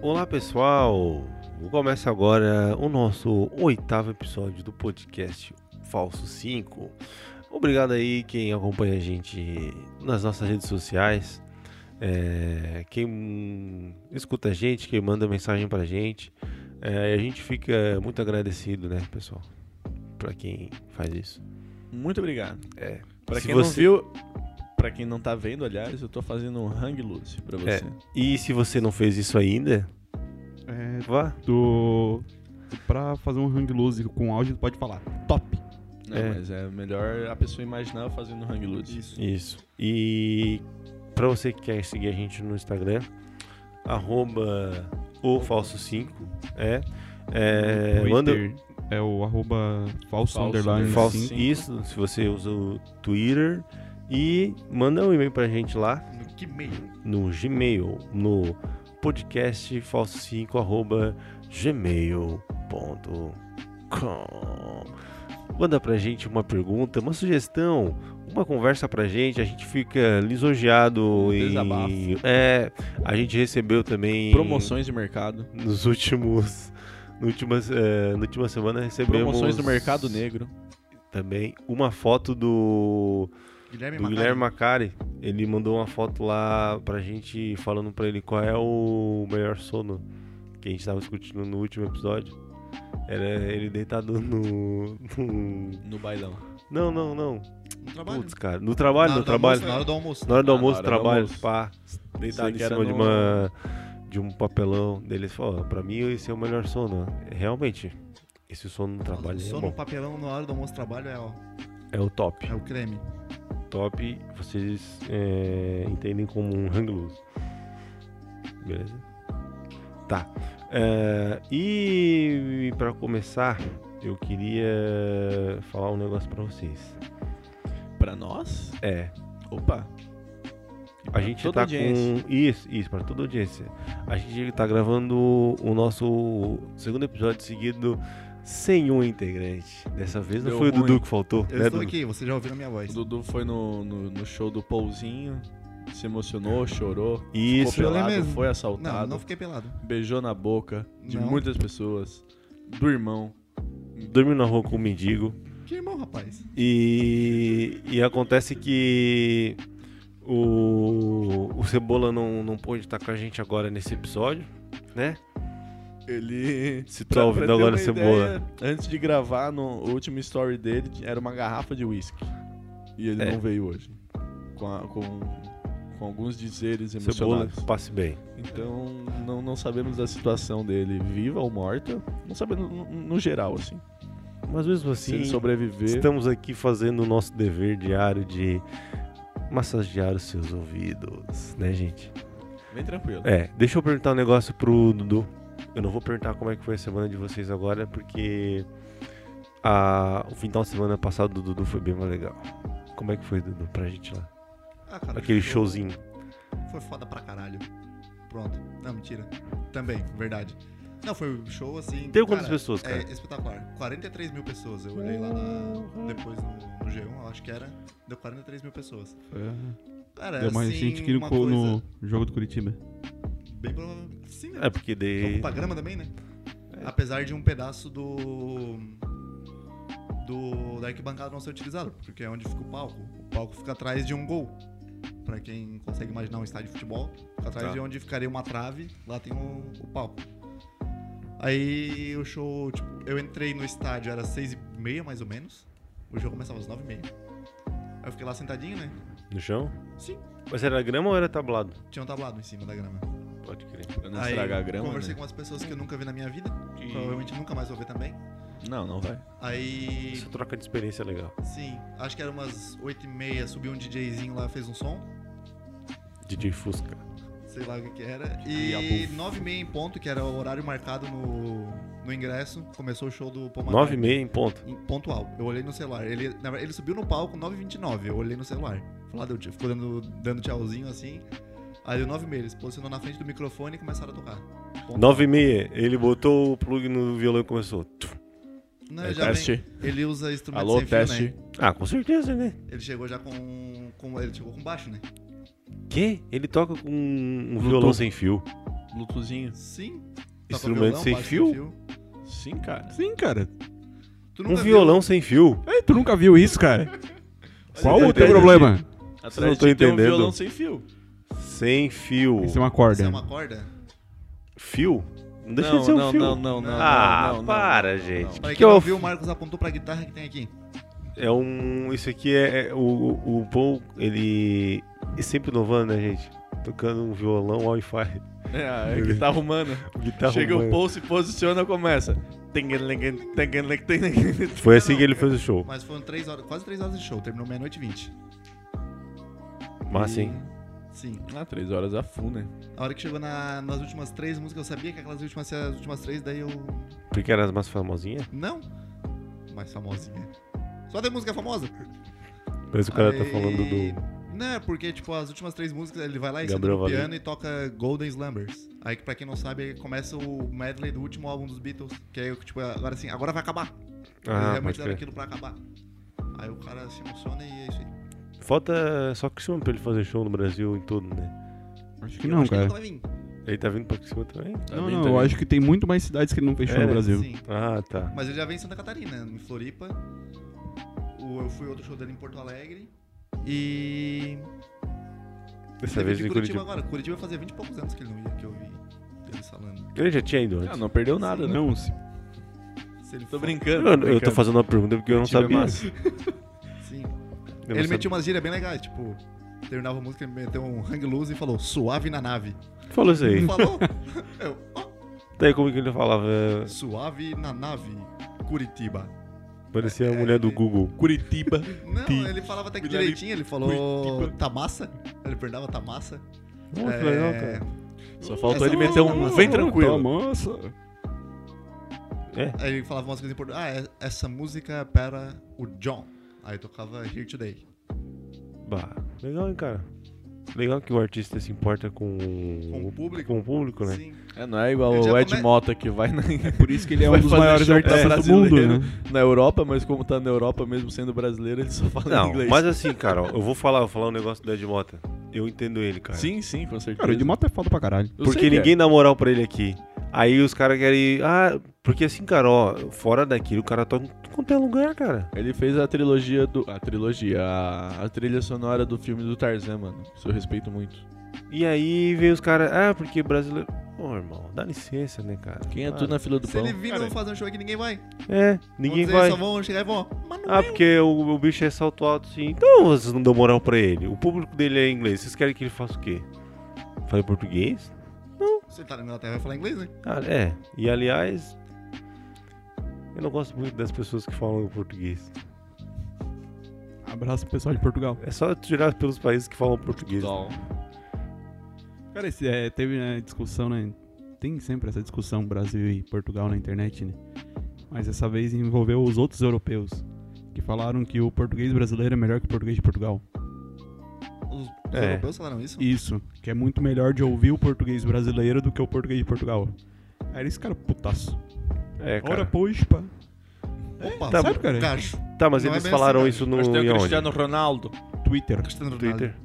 Olá pessoal! Começa agora o nosso oitavo episódio do podcast Falso 5. Obrigado aí quem acompanha a gente nas nossas redes sociais, é, quem escuta a gente, quem manda mensagem pra gente. É, a gente fica muito agradecido, né, pessoal? Pra quem faz isso. Muito obrigado. É. Pra Se quem você- não viu, pra quem não tá vendo, aliás, eu tô fazendo um hang loose pra É, você. E se você não fez isso ainda, É, vá. do. Pra fazer um hang loose com áudio, pode falar. Top! Não, É. mas é melhor a pessoa imaginar eu fazendo um hang loose. Isso. Isso. E pra você que quer seguir a gente no Instagram, arroba o falso 5, é. É, Twitter manda É o arroba falso, Falso underline. assim. falso Cinco. assim, isso, se você usa o Twitter e manda um e-mail pra gente lá No que meio? no Gmail, no podcast falso5 arroba gmail.com. Manda pra gente uma pergunta, uma sugestão, uma conversa pra gente, a gente fica lisonjeado Um Desabafo. e é, a gente recebeu também Promoções de mercado. nos últimos no últimas, eh, na última semana recebemos Promoções do mercado negro. também uma foto do Guilherme do Guilherme Macari. Ele mandou uma foto lá pra gente falando pra ele qual é o melhor sono que a gente tava discutindo no último episódio. Era ele deitado no. no- No bailão. Não, não, não. No trabalho? Putz, cara. No trabalho, Na no hora do trabalho. almoço, Na hora do almoço. Na hora do Ah, almoço, na hora do trabalho, almoço. pá. Deitado Sei em que era cima de no- uma. De um papelão dele. Ele falou, ó, pra mim esse é o melhor sono. Realmente, esse sono no trabalho é Só bom. no papelão na hora do almoço trabalho é, ó, É o top. é o creme. top, vocês é, entendem como um hang loose. Beleza? Tá. É, e para começar, eu queria falar um negócio pra vocês. Pra nós? É, Opa. E a pra gente toda tá audiência. com isso, isso para toda audiência. A gente tá gravando o nosso segundo episódio seguido sem um integrante. Dessa vez não Deu foi o ruim. Dudu que faltou, Eu né, estou Dudu? aqui, vocês já ouviram a minha voz. O Dudu foi no, no, no show do Pouzinho, se emocionou, chorou, Isso. ficou Eu pelado, mesmo. foi Não, assaltado, não fiquei pelado. beijou na boca de Não. muitas pessoas, do irmão. Dormiu na rua com um mendigo. Que irmão, rapaz. E, e acontece que o, o Cebola não, não pôde estar com a gente agora nesse episódio, né? Ele. Se tu tá ouvindo agora ter uma Cebola. ideia, Antes de gravar, no o último story dele, era uma garrafa de uísque. E ele É. não veio hoje. Com, a- com, com alguns dizeres Cebola, emocionais. passe bem. Então, não, não sabemos da situação dele, viva ou morta. Não sabemos no, no geral, assim. Mas mesmo Se assim, ele sobreviver. estamos aqui fazendo o nosso dever diário de massagear os seus ouvidos, né, gente? Bem tranquilo. É, deixa eu perguntar um negócio pro Dudu. Eu não vou perguntar como é que foi a semana de vocês agora, porque a- o final de semana passado do Dudu foi bem mais legal. Como é que foi, Dudu, pra gente lá? Ah, cara, Aquele o show showzinho. Foi foda pra caralho. Pronto. Não, mentira. Também, verdade. Não, foi um show assim. Teve quantas pessoas, É cara? espetacular. 43 mil pessoas. Eu olhei lá na, depois no, no G1, eu acho que era. Deu 43 mil pessoas. Cara, É, Deu mais assim, recente que no, uma co- coisa no jogo do Curitiba. Bem provavelmente. Sim, né? É, porque Jogo daí. pra grama também, né? É. Apesar de um pedaço do. do da arquibancada não ser utilizado, porque é onde fica o palco. O palco fica atrás de um gol. Pra quem consegue imaginar um estádio de futebol, fica atrás Tá. de onde ficaria uma trave, lá tem o, o palco. Aí o show, tipo, eu entrei no estádio, era seis e meia mais ou menos. O jogo começava às nove e meia. Aí eu fiquei lá sentadinho, né? No chão? Sim. Mas era grama ou era tablado? Tinha um tablado em cima da grama. Pode crer. Pra não Aí estragar a grama. conversei né? com umas pessoas que eu nunca vi na minha vida, que provavelmente nunca mais vou ver também. Não, não vai. Aí, Essa troca de experiência é legal. sim, acho que era umas 8h30, subiu um DJzinho lá, fez um som, DJ Fusca. sei lá o que que era. Diabo. E 9h30 em ponto, que era o horário marcado no, no ingresso, começou o show do Paul Nove e McCartney. meia em ponto. Em pontual. Eu olhei no celular. Ele, na verdade, ele subiu no palco 9h29. Eu olhei no celular. Falei, ah, deu tchau. ficou dando, dando tchauzinho assim. Aí deu 9h30. Ele se posicionou na frente do microfone e começaram a tocar. Pontual. Nove e meia, ele botou o plug no violão e começou. Tuf. Não, É, Ah, já teste. vem. Ele usa instrumento Alô, sem fio, teste. né? Ah, com certeza, né? Ele chegou já com, com. Ele chegou com baixo, né? Que? Ele toca com um Bluetooth. violão sem fio. Bluetoothzinho. Sim. Toca Instrumento sem baixo fio? Sim, cara. Sim, cara. Tu Um nunca viu? violão sem fio. Ei, tu nunca viu isso, cara? Qual tá o teu entendendo? problema? Atrás não de tô ti tem um entendendo. violão sem fio. Sem fio. Isso é uma corda. Isso é uma corda? Fio? Não deixa não, de ser um não, fio. não, não, não, ah, não, não, para, não, não, gente. Que Pra quem que é não o viu, o Marcos apontou pra guitarra que tem aqui. É um. Isso aqui é. é- o, o o Paul, ele. É sempre inovando, né, gente? Tocando um violão Wi-Fi. não. É, é que tá arrumando. Guitarra Chega um o humana. Paul, se posiciona e começa. Foi assim que ele fez o show. Mas foram três horas, quase três horas de show. Terminou meia-noite e vinte. Massa, hein? Sim. Ah, três horas a full, né? A hora que chegou na- nas últimas três músicas, eu sabia que aquelas últimas, as últimas três, daí eu. Porque era as mais famosinhas. Não! Mais famosinha. Só tem música famosa? Mas o cara tá Aí- falando do. Não, é porque, tipo, as últimas três músicas ele vai lá e senta Gabriel no Valente. piano e toca Golden Slumbers. Aí, que pra quem não sabe, começa o medley do último álbum dos Beatles. Que aí, tipo, agora assim, agora vai acabar. Eles Ah, realmente pode deram crer. aquilo pra acabar. Aí o cara se emociona e é isso aí. Falta só Criciúma pra ele fazer show no Brasil em todo, né? Acho que Eu não, acho que ele cara. nunca vai vir. Ele tá vindo pra Criciúma também? Tá não, bem, não, tá eu bem. acho que tem muito mais cidades que ele não fechou É, no Brasil. Sim. Ah, tá. Mas ele já vem em Santa Catarina, em Floripa. O, eu fui outro show dele em Porto Alegre. E. Dessa Ele vez veio em de Curitiba. agora. Curitiba fazia 20 e poucos anos que ele não ia, que eu vi ele falando. Ele já tinha ido antes. Ah, não perdeu nada, né? Não, se- Se ele Tô for- brincando. Eu, eu tô fazendo uma pergunta porque eu não Curitiba é sabia. massa. Sim. Eu não Ele sabia. metia umas gírias bem legais, tipo. Terminava a música, ele meteu um hang loose e falou suave na nave. Falou isso aí. Falou? Eu, ó, Daí como que ele falava? suave na nave, Curitiba. Parecia a mulher do Google. Curitiba. Não, Ti- ele falava até que Cuidado aí, direitinho, ele falou Curitiba. tá massa. Ele perguntava tá massa. Nossa, É, que legal, cara. Só faltou ele Essa- meter um vem tranquilo. Nossa. É, Aí ele falava umas coisas em português. Ah, é- essa música é para o John. Aí tocava Here Today. Bah, legal, hein, cara. Legal que o artista se importa com, Com o público. com o público, né? Sim. É, não é igual Ele já o Ed come- Mota que vai na, Por isso que ele é Vai um dos fazer maiores show artistas do brasileiro. mundo, né? na Europa, mas como tá na Europa mesmo sendo brasileiro, ele só fala Não, inglês. mas assim, cara, ó, eu vou falar, vou falar um negócio do Ed Mota. Eu entendo ele, cara. Sim, sim, com certeza. Cara, o Edmota é foda pra caralho. Eu Porque sei que é. ninguém dá moral pra ele aqui. Aí os caras querem. Ah, porque assim, cara, ó, fora daquilo, o cara toca em tudo quanto é lugar, cara. Ele fez a trilogia do. A trilogia. A, a trilha sonora do filme do Tarzan, mano. Isso eu respeito muito. E aí vem os caras. Ah, porque brasileiro. Pô, irmão, dá licença, né, cara? Quem é Para. tu na fila do Se pão? ele vir, Cara, não fazer um show aqui, ninguém vai. É, Tá ninguém Vão dizer, vai. Só vão chegar e vão, ó, mas não Ah, porque o, o bicho é salto alto, sim. Então vocês não dão moral pra ele. O público dele é inglês. Vocês querem que ele faça o quê? Fale português? Você tá na Inglaterra, vai falar inglês, né? Ah, é. E aliás, eu não gosto muito das pessoas que falam português. Abraço pro pessoal de Portugal. É só tirar pelos países que falam português. Portugal. Cara, esse, é, teve né, discussão, né? Tem sempre essa discussão Brasil e Portugal na internet, né? Mas dessa vez envolveu os outros europeus, que falaram que o português brasileiro é melhor que o português de Portugal. Os É. europeus falaram isso. Isso, que é muito melhor de ouvir o português brasileiro do que o português de Portugal. Aí eles ficaram putaço. É, Ora, cara. pois, pá. Opa, tá bom. cara. Gajo. Tá, mas não é eles bem falaram assim, isso no Mas tem em o onde? Cristiano Ronaldo. Twitter. Cristiano Ronaldo. Twitter.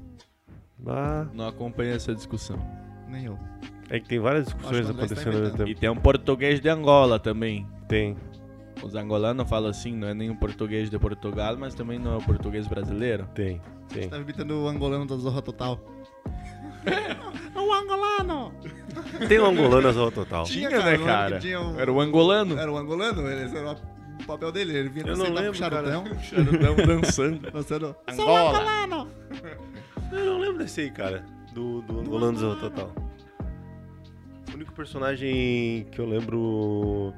Ah, Não acompanha essa discussão. Nem eu. é que tem várias discussões Acho que o André está acontecendo ao mesmo E tempo. tem um português de Angola também. Tem. Os angolanos falam assim, não é nem o português de Portugal, mas também não é o português brasileiro. Tem, tem. Tava imitando o angolano da Zorra Total. o angolano! Tem um angolano na Zorra Total. Tinha, Tinha, né, cara, eu lembro que cara? tinha um- Era o angolano. Era o angolano, ele era o papel dele. Ele vinha Eu não sentar com o lembro, charutão. cara. Charutão dançando. Dançando. Angola. Eu não lembro desse aí, cara. Do, do Angolano Zorro Total. O único personagem que eu lembro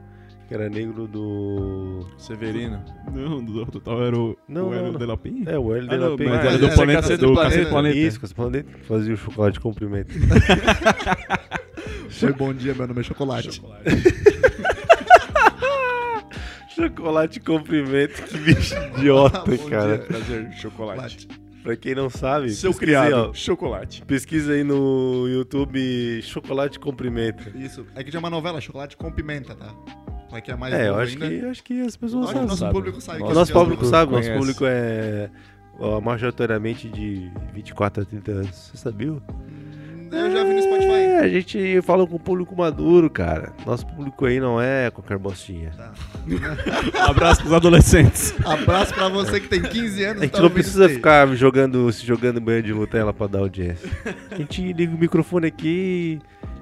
que era negro do. Severino. Não, do Total era o. Não, o era não, o não. de Lapinha? É, o Hélio Ah, de não, la Penha. mas Mas era do era planeta, Cacete do Planeta. Cacete Planeta. Isso, que planeta que fazia o chocolate de comprimento. Foi bom dia, meu nome é Chocolate. chocolate de comprimento, que bicho idiota, Bom cara. dia. Prazer, chocolate. Chocolate. Pra quem não sabe, Seu pesquisa aí, criado, ó. chocolate. pesquisa aí no YouTube chocolate de comprimento. Isso. É que tinha uma novela, Chocolate com Pimenta, tá? Pra quem é mais É, eu novo acho ainda. que, acho que as Eu pessoas acho que o sabem. nosso sabe. público sabe O Nossa, nosso que é público público. sabe, nosso conhece. público é ó, majoritariamente de 24 a 30 anos. Você sabia? Eu já vi no Spotify. É, a gente fala com o público maduro, cara. Nosso público aí não é qualquer bostinha. Tá. Abraço pros adolescentes. Abraço pra você que tem 15 anos. A e gente tá não ouvindo precisa isso aí. ficar jogando, se jogando em banho de Nutella pra dar audiência. A gente liga o microfone aqui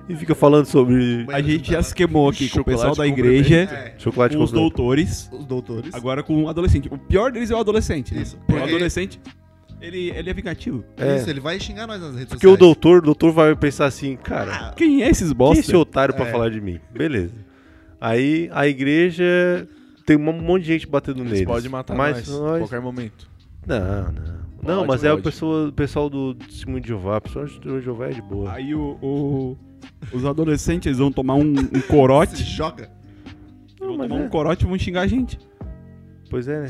e fica falando sobre A gente já se queimou aqui com o pessoal Chocolate da com igreja, É, chocolate com os com doutores, os doutores. agora com o adolescente. O pior deles é o adolescente. né? Isso, Porque O porque- adolescente, ele, ele é vingativo. É. Isso, ele vai xingar nós nas redes Porque o sociais. doutor, o doutor vai pensar assim, cara, Quem é esses quem é bosta? esse otário pra É. falar de mim? Beleza. Aí a igreja tem um monte de gente batendo Eles neles. podem matar mas nós, a qualquer momento. Não, não. não, Pode, mas é o pode. pessoa, pessoal do Testemunho de Jeová. O pessoal do Testemunho de Jeová é de boa. Aí o, o- os adolescentes eles vão tomar um, um Se corote. joga. Não, vão mas tomar é. um corote e vão xingar a gente. Pois é, né?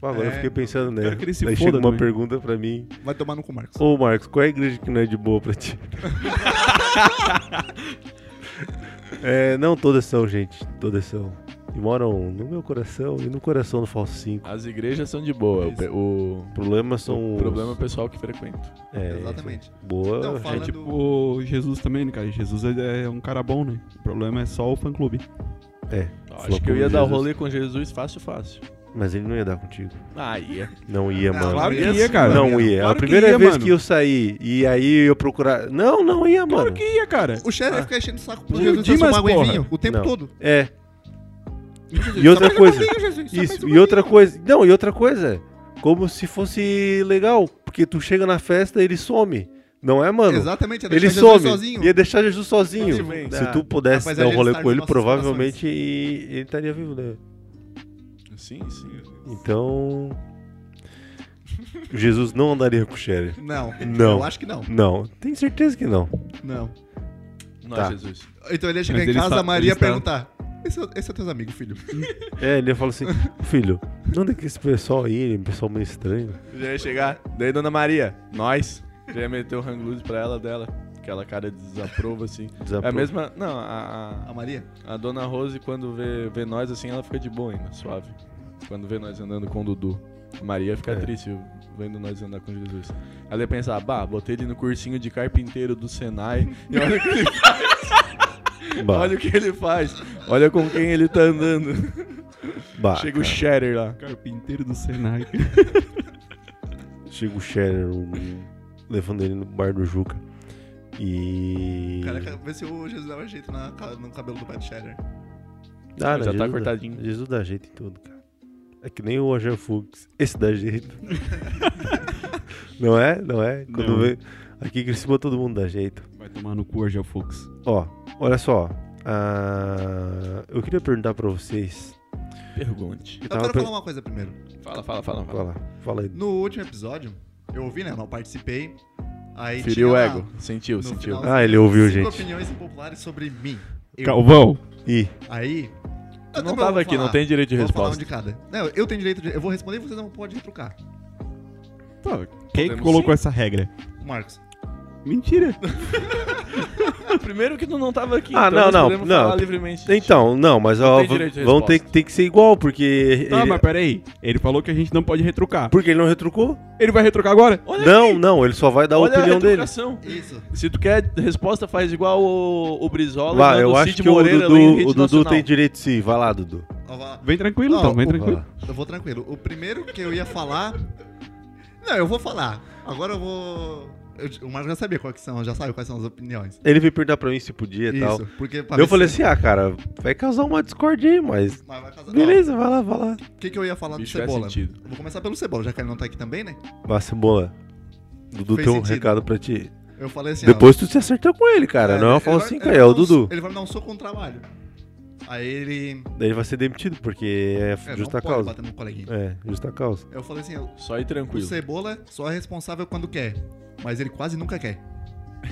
Pô, agora eu É. fiquei pensando nele. Espero que ele se Aí foda chega uma também. pergunta pra mim. Vai tomar no cu, Marcos. Ô, Marcos, qual é a igreja que não é de boa pra ti? é, não, todas são, gente. Todas são. E moram no meu coração e no coração do Falso 5. As igrejas são de boa. O, pe- o- O problema são o os... problema é o pessoal que frequenta. É, Exatamente. Boa, Não, gente. falando- É tipo o Jesus também, né, cara? Jesus é é um cara bom, né? O problema é só o fã-clube. Acho que eu ia dar rolê com Jesus fácil, fácil. Mas ele não ia dar contigo. Ah, ia. Não ia, mano. Claro que ia, ia, sim, cara. Não Claro ia. É Claro a que primeira ia, vez mano. que eu saí e aí eu procurar. Não, não ia, mano. Claro que ia, cara. O chefe Ah. vai ficar enchendo o saco pro Não, Jesus Dimas, transformar água em porra. vinho o tempo Não. todo. É. Jesus, E outra só mais um coisa. golinho, Jesus, só mais Isso. um E outra golinho. coisa. Não, e outra coisa. Como se fosse legal. Porque tu chega na festa ele some. Não é, mano? Exatamente, é deixar Ele Jesus some. sozinho. Tá Ia deixar Jesus sozinho. Sozinho. Se tu pudesse Apesar dar um de rolê ele com ele, estar de nossas provavelmente assim. e- ele estaria vivo, né? Sim, sim. Então. Jesus não andaria com o Sherry. Não, Não. eu acho que não. Não, tenho certeza que não. Não. Não, é Tá. Jesus. Então ele ia chegar Mas em ele casa, está- a Maria ele está- perguntar. Esse, é- esse é teus amigos, filho. É, ele ia falar assim: filho, não é que esse pessoal aí, um pessoal meio estranho. Já ia chegar. Daí, Dona Maria, nós. Já ia meter o hang pra ela dela. Aquela cara de desaprova, assim. É a desaprova. mesma. Não, a, A a- Maria? a dona Rose, quando vê, vê nós assim, ela fica de boa ainda, suave. Quando vê nós andando com o Dudu. A Maria fica É. triste vendo nós andar com Jesus. Ela ia pensar, bah, botei ele no cursinho de carpinteiro do Senai. E olha o que Bah, ele Olha o que ele faz. Olha com quem ele tá andando. bah, Chega o Ah, cara. Shatter lá. Carpinteiro do Senai. Chega o Scherer um- levando ele no bar do Juca. E. O cara quer ver se o Jesus dava jeito na ca- no cabelo do pai do Shatter. Ah, Já tá cortadinho. Dá, Jesus dá jeito em tudo, cara. É que nem o Roger Fuchs. Esse dá jeito. não é? Não é? Quando Não. vê. Aqui em Criciúma todo mundo dá jeito. Vai tomar no cu, Argel Fux. Ó, olha só. ah, eu queria perguntar pra vocês. Pergunte. Eu Eu quero per- falar uma coisa primeiro. Fala, fala, fala. Vai fala. lá, fala aí. No último episódio, eu ouvi, né? Não participei. Aí Feriu o tinha lá, ego. Sentiu, no sentiu. final, Ah, ele ouviu, cinco gente. opiniões impopulares sobre mim. Eu. Calvão. Ih, Tu Aí. eu não também tava vou aqui, não falar. tem direito de Vou falar um resposta. de cada. Não, eu tenho direito de. Eu vou responder e vocês não podem retrucar. Pô, quem é que Podemos colocou sim. essa regra? Marcos. Mentira. Primeiro que tu não tava aqui. então Ah, não, nós não, podemos não. falar livremente. Então, não, mas Não ó, tem va- direito de vão ter, resposta. tem que ser igual, porque. Tá, ele, mas peraí. Ele falou que a gente não pode retrucar. Porque ele não retrucou? Ele vai retrucar agora? Olha não, não, ele só vai dar a olha opinião a dele. retrucação. Isso. Se tu quer resposta, faz igual o, o Brizola. Vá, manda eu o acho né, Cid que o Moreira lá em Rede Dudu, o Dudu Nacional. tem direito sim. Vai lá, Dudu. Ó, vá lá. Vem tranquilo, Não, então. Vem opa. tranquilo. Eu vou tranquilo. O primeiro que eu ia falar. Não, eu vou falar. Agora eu vou. eu- o Marcos já sabia quais que são, já sabe quais são as opiniões. Ele veio perguntar pra mim se podia e tal. Isso, porque pra Eu ver falei se- assim, ah, cara, vai causar uma discórdia aí, mas... Mas vai casar. Beleza, vai lá, vai lá. Ó, O que, que eu ia falar Bicho, do faz Cebola? sentido. Vou começar pelo Cebola, já que ele não tá aqui também, né? Vá, Cebola. Dudu Fez tem um sentido. recado pra ti. Eu falei assim. ó, Depois tu se acertou com ele, cara. não é uma ele fala vai- assim, ele cara, vai é o dar um Dudu. so- Ele vai me dar um soco no trabalho. Aí ele. Daí ele vai ser demitido, porque é, É, não justa pode causa. bater no coleguinha. É, justa causa. Eu falei assim, ó, Só ir o tranquilo. Cebola só é responsável quando quer. Mas ele quase nunca quer.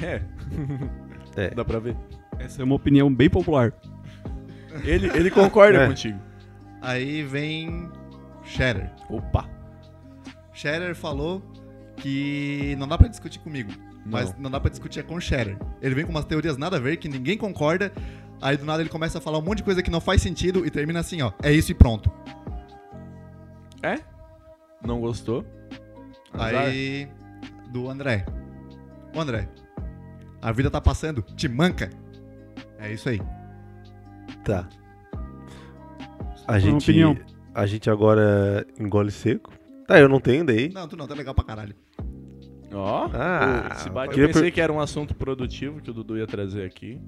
É. É. Dá pra ver. Essa é uma opinião bem popular. Ele, ele concorda É. contigo. Aí vem. Shatter. Opa. Scherer falou que não dá pra discutir comigo, mas não dá pra discutir é com o Scherer. Ele vem com umas teorias nada a ver, que ninguém concorda, aí do nada ele começa a falar um monte de coisa que não faz sentido e termina assim, ó, é isso e pronto. É? Não gostou? Azar. Aí, do André. O André, A vida tá passando, te manca. É isso aí. Tá. A Uma gente, opinião. a gente agora engole seco. Tá, eu não tenho daí. Não, tu não, tá legal pra caralho. Ó, Ah, o- se bate. queria Eu pensei que era um assunto produtivo que o Dudu ia trazer aqui,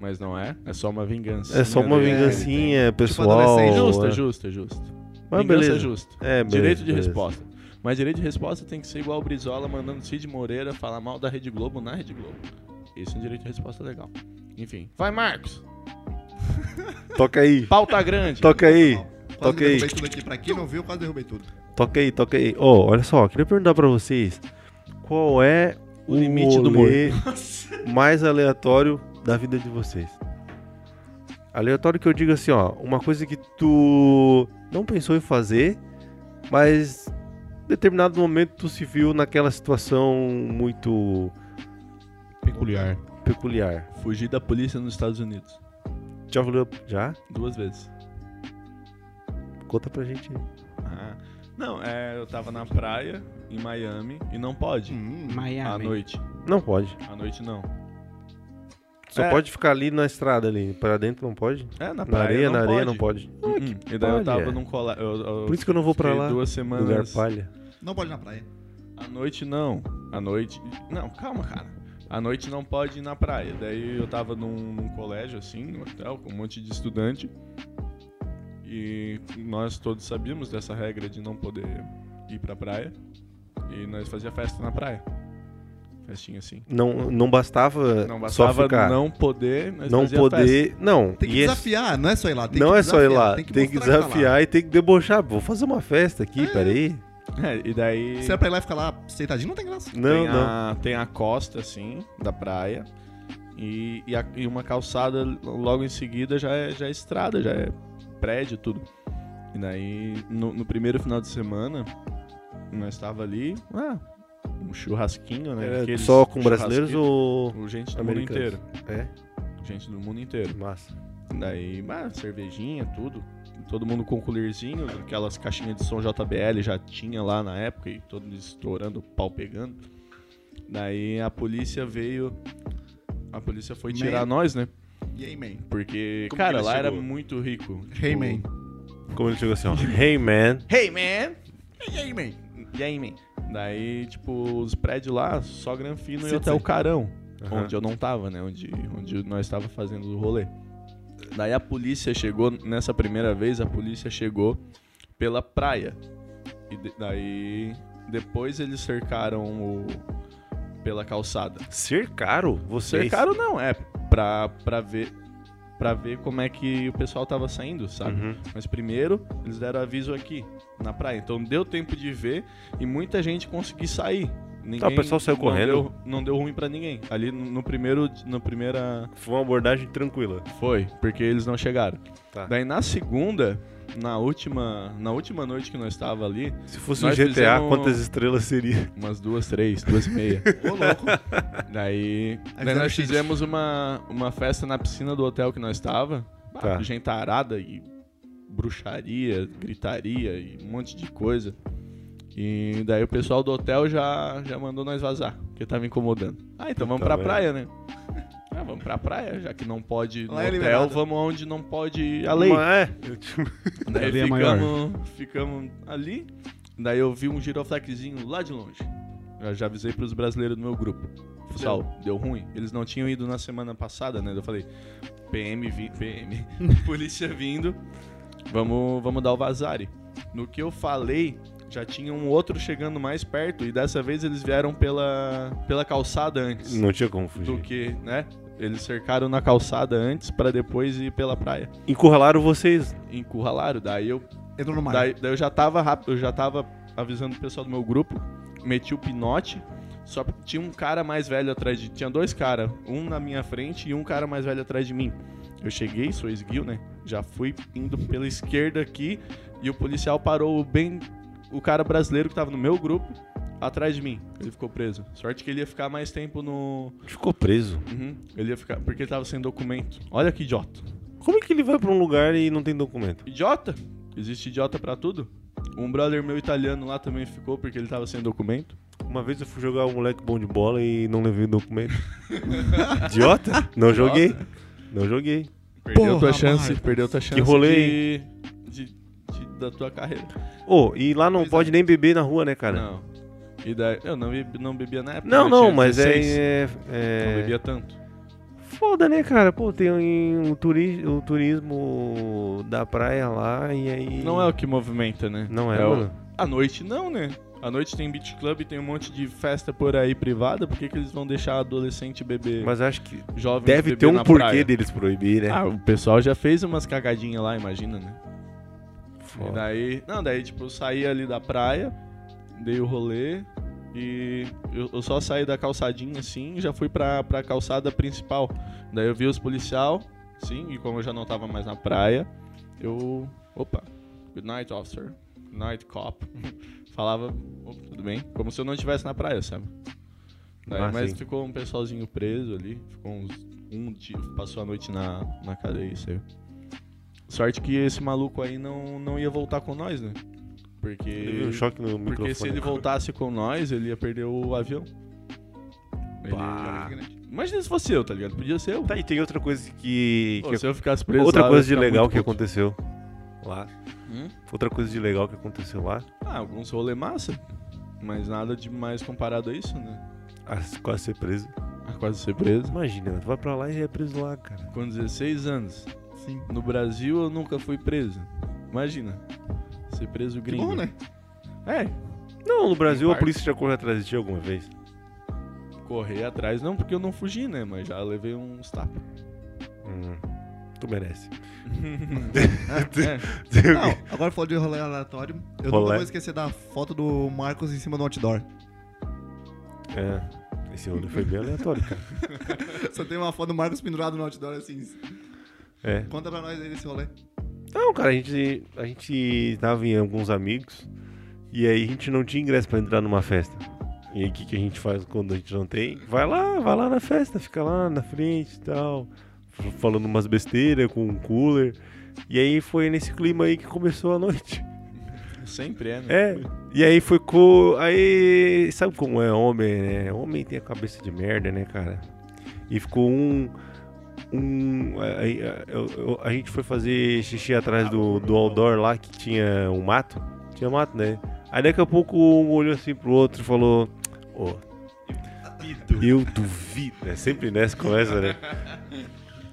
mas não é. É só uma vingança. É só uma dele. vingancinha pessoal. adolescente. É justa, é. justa, justa. Mas vingança beleza. justa. É, beleza, direito de beleza. resposta. Mas direito de resposta tem que ser igual o Brizola mandando Cid Moreira falar mal da Rede Globo na Rede Globo. Isso é um direito de resposta legal. Enfim. Vai, Marcos. Toca aí. Pauta grande. Toca aí. Quase Toca aí. derrubei tudo aqui. Pra quem não viu, quase derrubei tudo. Toca aí, toca aí. Ó, olha só, queria perguntar pra vocês qual é o, O limite do rolê mais aleatório da vida de vocês. Aleatório que eu digo assim, ó, uma coisa que tu não pensou em fazer, mas em determinado momento tu se viu naquela situação muito Peculiar. peculiar. Fugir da polícia nos Estados Unidos. Já rolou já? Duas vezes. Conta pra gente. aí. Ah, Não, é, eu tava na praia, em Miami, e não pode. Hum. Hum, à Miami. noite. Não pode. À noite não. Só É. pode ficar ali na estrada ali, pra dentro não pode. É, na Na praia. areia, não na areia pode. não pode. Hum, hum. E daí eu pode, tava é. num colégio. Por isso que eu não vou pra lá. Duas Lugar semanas. palha. Não pode ir na praia. À noite não. À noite. Não, calma, cara. À noite não pode ir na praia. Daí eu tava num, num colégio, assim, no hotel, com um monte de estudante. E nós todos sabíamos dessa regra de não poder ir pra praia. E nós fazia festa na praia. Festinha assim. Não, não bastava, Não só bastava ficar. Não, não poder, nós fazia festa. poder. Não, Tem que e esse- desafiar, não é só ir lá. Tem não que é só ir desafiar, lá. Tem que, mostrar tá lá. desafiar e tem que debochar. Vou fazer uma festa aqui, peraí. É, e daí. Se é pra ir lá e ficar lá sentadinho, não tem graça. Não, tem, não. A, tem a costa, assim, da praia. E, e, a- e uma calçada logo em seguida já é, já é estrada, já é prédio, tudo. E daí, no, no primeiro final de semana, nós estava ali, ah, um churrasquinho, né? Era Aqueles É, só com brasileiros churrasquitos. ou. Com Gente do americanos? mundo inteiro. É, Gente do mundo inteiro. massa. Daí, ah, cervejinha, tudo. Todo mundo com coolerzinho, aquelas caixinhas de som JBL já tinha lá na época e todo mundo estourando, o pau pegando. Daí a polícia veio. A polícia foi tirar Man. nós, né? E aí, man? Porque, Como que cara, ele lá era chegou? muito rico. Hey, man. Como ele chegou assim, ó. Hey man. Hey, man! E aí, man? E aí, man? Daí, tipo, os prédios lá, só Granfino e Sim, até sim. é o Carão. Aham. Onde eu não tava, né? Onde, onde nós tava fazendo o rolê. Daí a polícia chegou, nessa primeira vez, a polícia chegou pela praia. E de- daí. Depois eles cercaram o. pela calçada. Cercaram vocês. Cercaram não, é. Pra, pra ver. Pra ver como é que o pessoal tava saindo, sabe? Uhum. Mas primeiro, eles deram aviso aqui, na praia. Então deu tempo de ver e muita gente conseguiu sair. Ninguém, Tá, o pessoal saiu não correndo. deu- não deu ruim pra ninguém. Ali no no primeiro. Na primeira. Foi uma abordagem tranquila. Foi, porque eles não chegaram. Tá. Daí na segunda, na última. Na última noite que nós estava ali, Se fosse Nós um GTA, fizemos- quantas estrelas seria? umas duas, três, duas e meia. Ô, louco. Daí, daí Aí fizeram nós cheat. fizemos uma, uma festa na piscina do hotel que nós estava. Tá. Gente arada e bruxaria, gritaria e um monte de coisa. E daí o pessoal do hotel já, já mandou nós vazar, porque tava incomodando. Ah, então vamos Puta pra Tá merda. praia, né? Ah, vamos pra praia, já que não pode ir no Lá é hotel, liberado. vamos onde não pode a lei. Mas é, eu te- Daí Ali é maior. ficamos, ficamos ali. Daí eu vi um giroflexinho lá de longe. Eu já avisei pros brasileiros do meu grupo. Pessoal, deu ruim. Eles não tinham ido na semana passada, né? Eu falei, PM, vi, PM, polícia vindo. Vamos, vamos dar o vazare. No que eu falei, já tinha um outro chegando mais perto. E dessa vez eles vieram pela, pela calçada antes Não tinha como do fugir. que, né? Eles cercaram na calçada antes pra depois ir pela praia. Encurralaram vocês. Encurralaram. Daí eu Entrou no mar. Daí, daí eu já tava rápido, eu já tava avisando o pessoal do meu grupo, meti o pinote, só que tinha um cara mais velho atrás de. Tinha dois caras, um na minha frente e um cara mais velho atrás de mim. Eu cheguei, sou esguio, né? Já fui indo pela esquerda aqui e o policial parou bem o cara brasileiro que tava no meu grupo atrás de mim. Ele ficou preso. Sorte que ele ia ficar mais tempo no. Ficou preso. Uhum, ele ia ficar. Porque ele tava sem documento. Olha que idiota. Como é que ele vai pra um lugar e não tem documento? Idiota? Existe idiota pra tudo? Um brother meu italiano lá também ficou porque ele tava sem documento. Uma vez eu fui jogar um moleque bom de bola e não levei o documento. Idiota? Não joguei. Não joguei. Perdeu Porra, tua chance, Marcos. perdeu tua chance rolê, de, de- de- da tua carreira. Ô, e lá não Pois é. pode nem beber na rua, né, cara? Não. E daí, eu não, bebi- não bebia na época. Não, eu não, tinha mas é, 16, é, Não é- bebia tanto. Foda, né, cara? Pô, tem um, turi- o turismo da praia lá e aí. Não é o que movimenta, né? Não é, o- mano. À noite não, né? À noite tem beach club, tem um monte de festa por aí privada. Por que, que eles vão deixar adolescente beber, Mas acho que jovem deve beber ter um na porquê praia? deles proibir, né? Ah, o pessoal já fez umas cagadinhas lá, imagina, né? E Foda. daí. Não, daí, tipo, eu saí ali da praia, dei o rolê e eu, eu só saí da calçadinha assim e já fui pra, pra calçada principal. Daí eu vi os policial, sim, e como eu já não tava mais na praia, eu. Opa, good night, officer. Good night, cop. Falava, "Opa, tudo bem? Como se eu não estivesse na praia, sabe? Daí, Ah, mas sim. ficou um pessoalzinho preso ali, ficou uns. Um dia, passou a noite na, na cadeia, isso aí. Sorte que esse maluco aí não, não ia voltar com nós, né? Porque. Ele viu um choque no microfone. porque se ele voltasse com nós, ele ia perder o avião. Ele- Pá. Imagina se fosse eu, tá ligado? Podia ser eu. Tá, e tem outra coisa que. Pô, que- se eu ficasse preso. lá, outra eu coisa de ia ficar legal muito que puto. aconteceu lá. Hum? Outra coisa de legal que aconteceu lá. Ah, alguns rolê massa. Mas nada demais comparado a isso, né? a Quase ser preso. A quase ser preso. Imagina, tu vai pra lá e é preso lá, cara. Com 16 anos. Sim. No Brasil eu nunca fui preso. Imagina. Ser preso Que gringo. bom, né? É, Não, no Brasil a parte. polícia já correu atrás de ti alguma vez. correr atrás, não porque eu não fugi, né? Mas já levei uns tapas. Hum, tu merece. É, Não, agora falando de rolê aleatório, eu Rolê. nunca vou esquecer da foto do Marcos em cima do outdoor. É. Esse rolê foi bem aleatório, cara. Só tem uma foto do Marcos pendurado no outdoor assim. É. Conta pra nós aí desse rolê. Não, cara, a gente, a gente tava em alguns amigos e aí a gente não tinha ingresso pra entrar numa festa. E aí o que, que a gente faz quando a gente não tem? Vai lá, vai lá na festa, fica lá na frente e tal, f- falando umas besteiras com um cooler. E aí foi nesse clima aí que começou a noite. sempre é, né? É. E aí foi com. Aí. Sabe como é homem, né? Homem tem a cabeça de merda, né, cara? E ficou um. Um. aí, A, eu- eu- a gente foi fazer xixi atrás do, do outdoor lá que tinha um mato. Tinha mato, né? Aí daqui a pouco um olhou assim pro outro e falou. Ô, eu duvido. É sempre nessa conversa, né?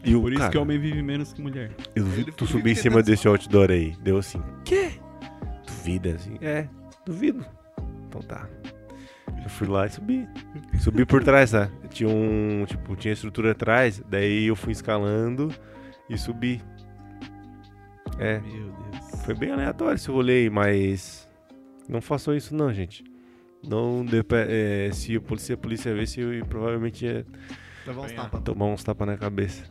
E o Por isso cara, que homem vive menos que mulher. eu duvido que tu Ele fica subir em cima desse outdoor aí. Deu assim, quê? Duvida, assim? É, duvido. Então tá. Eu fui lá e subi. Subi por trás, tá? Tinha um, tipo, tinha estrutura atrás, daí eu fui escalando e subi. É, Meu Deus. foi bem aleatório esse rolê, aí, mas não façam isso não, gente. Não dê pé- é, se a polícia, a polícia ver se eu provavelmente ia Levar uns Apanhar. tapas. tomar uns tapas na cabeça.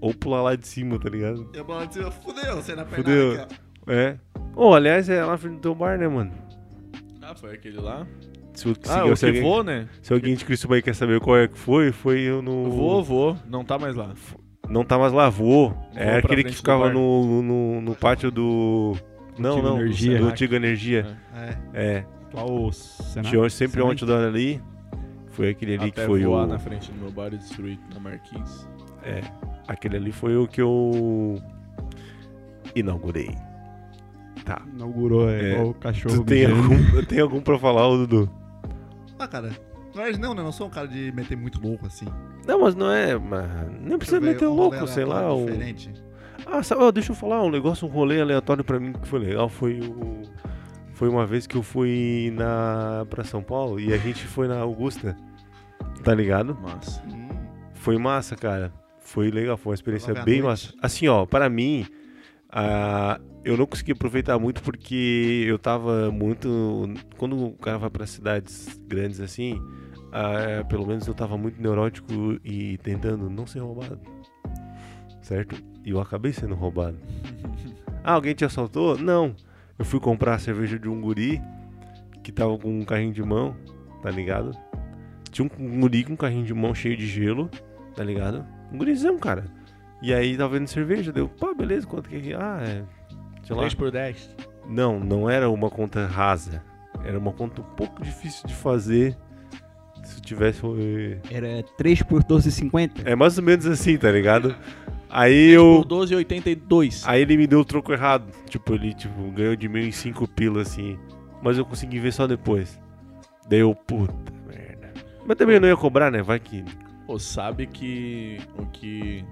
Ou pular lá de cima, tá ligado? Eu bolo de cima, fudeu, você na perna. Fudeu. aqui, ó. É. Ô, aliás, é lá na frente do teu bar, né, mano? Ah, foi aquele lá? Se, o- se, ah, eu se que alguém, vou, né? se alguém de Cristo aí quer saber qual é que foi, foi eu no. Vou, vou. Não tá mais lá. Não tá mais lá, voou. É pra aquele frente que do ficava bar. no, no, no pátio do. Não, Antigo não. Energia. Do Antigo Energia. É. É. Lá o Senado. Tinha sempre um Senado? outdoor ali. Foi aquele ali Até que foi voar o. na frente do meu bar e destruir na Marquinhos. É. Aquele ali foi o que eu. Inaugurei. Tá. Inaugurou, é, É. igual o cachorro. Tu tem mijando. algum, tem algum pra falar, ô, Dudu? Ah, cara. Na verdade, não, né? Eu não sou um cara de meter muito louco assim. Não, mas não é. mas Nem precisa Deixa eu ver, meter um louco, rolê sei lá. tá aleatório o- Diferente. Ah, sabe, ó, deixa eu falar um negócio, um rolê aleatório pra mim que foi legal. Foi o. Foi uma vez que eu fui na para São Paulo e a gente foi na Augusta. Tá ligado? Massa. Hum, Foi massa, cara. Foi legal, foi uma experiência Foi lá bem à massa. noite? Assim, ó, para mim, ah, eu não consegui aproveitar muito porque eu tava muito. Quando o cara vai pra cidades grandes assim, ah, pelo menos eu tava muito neurótico e tentando não ser roubado. Certo? E eu acabei sendo roubado. ah, alguém te assaltou? Não. Eu fui comprar a cerveja de um guri que tava com um carrinho de mão, tá ligado? Tinha um guri com um carrinho de mão cheio de gelo, tá ligado? Um gurizão, cara. E aí tava vendo cerveja, deu, pá, beleza, quanto que é? Ah, é. Sei lá. 3 por 10. Não, não era uma conta rasa. Era uma conta um pouco difícil de fazer se tivesse. eh, Era 3 por 12,50. É mais ou menos assim, tá ligado? Aí eu. Por 12,82. Aí ele me deu o troco errado. Tipo, ele tipo, ganhou de mil em cinco pila, assim. Mas eu consegui ver só depois. Daí eu, puta merda. Mas também eu não ia cobrar, né? Vai que. Pô, sabe que o que.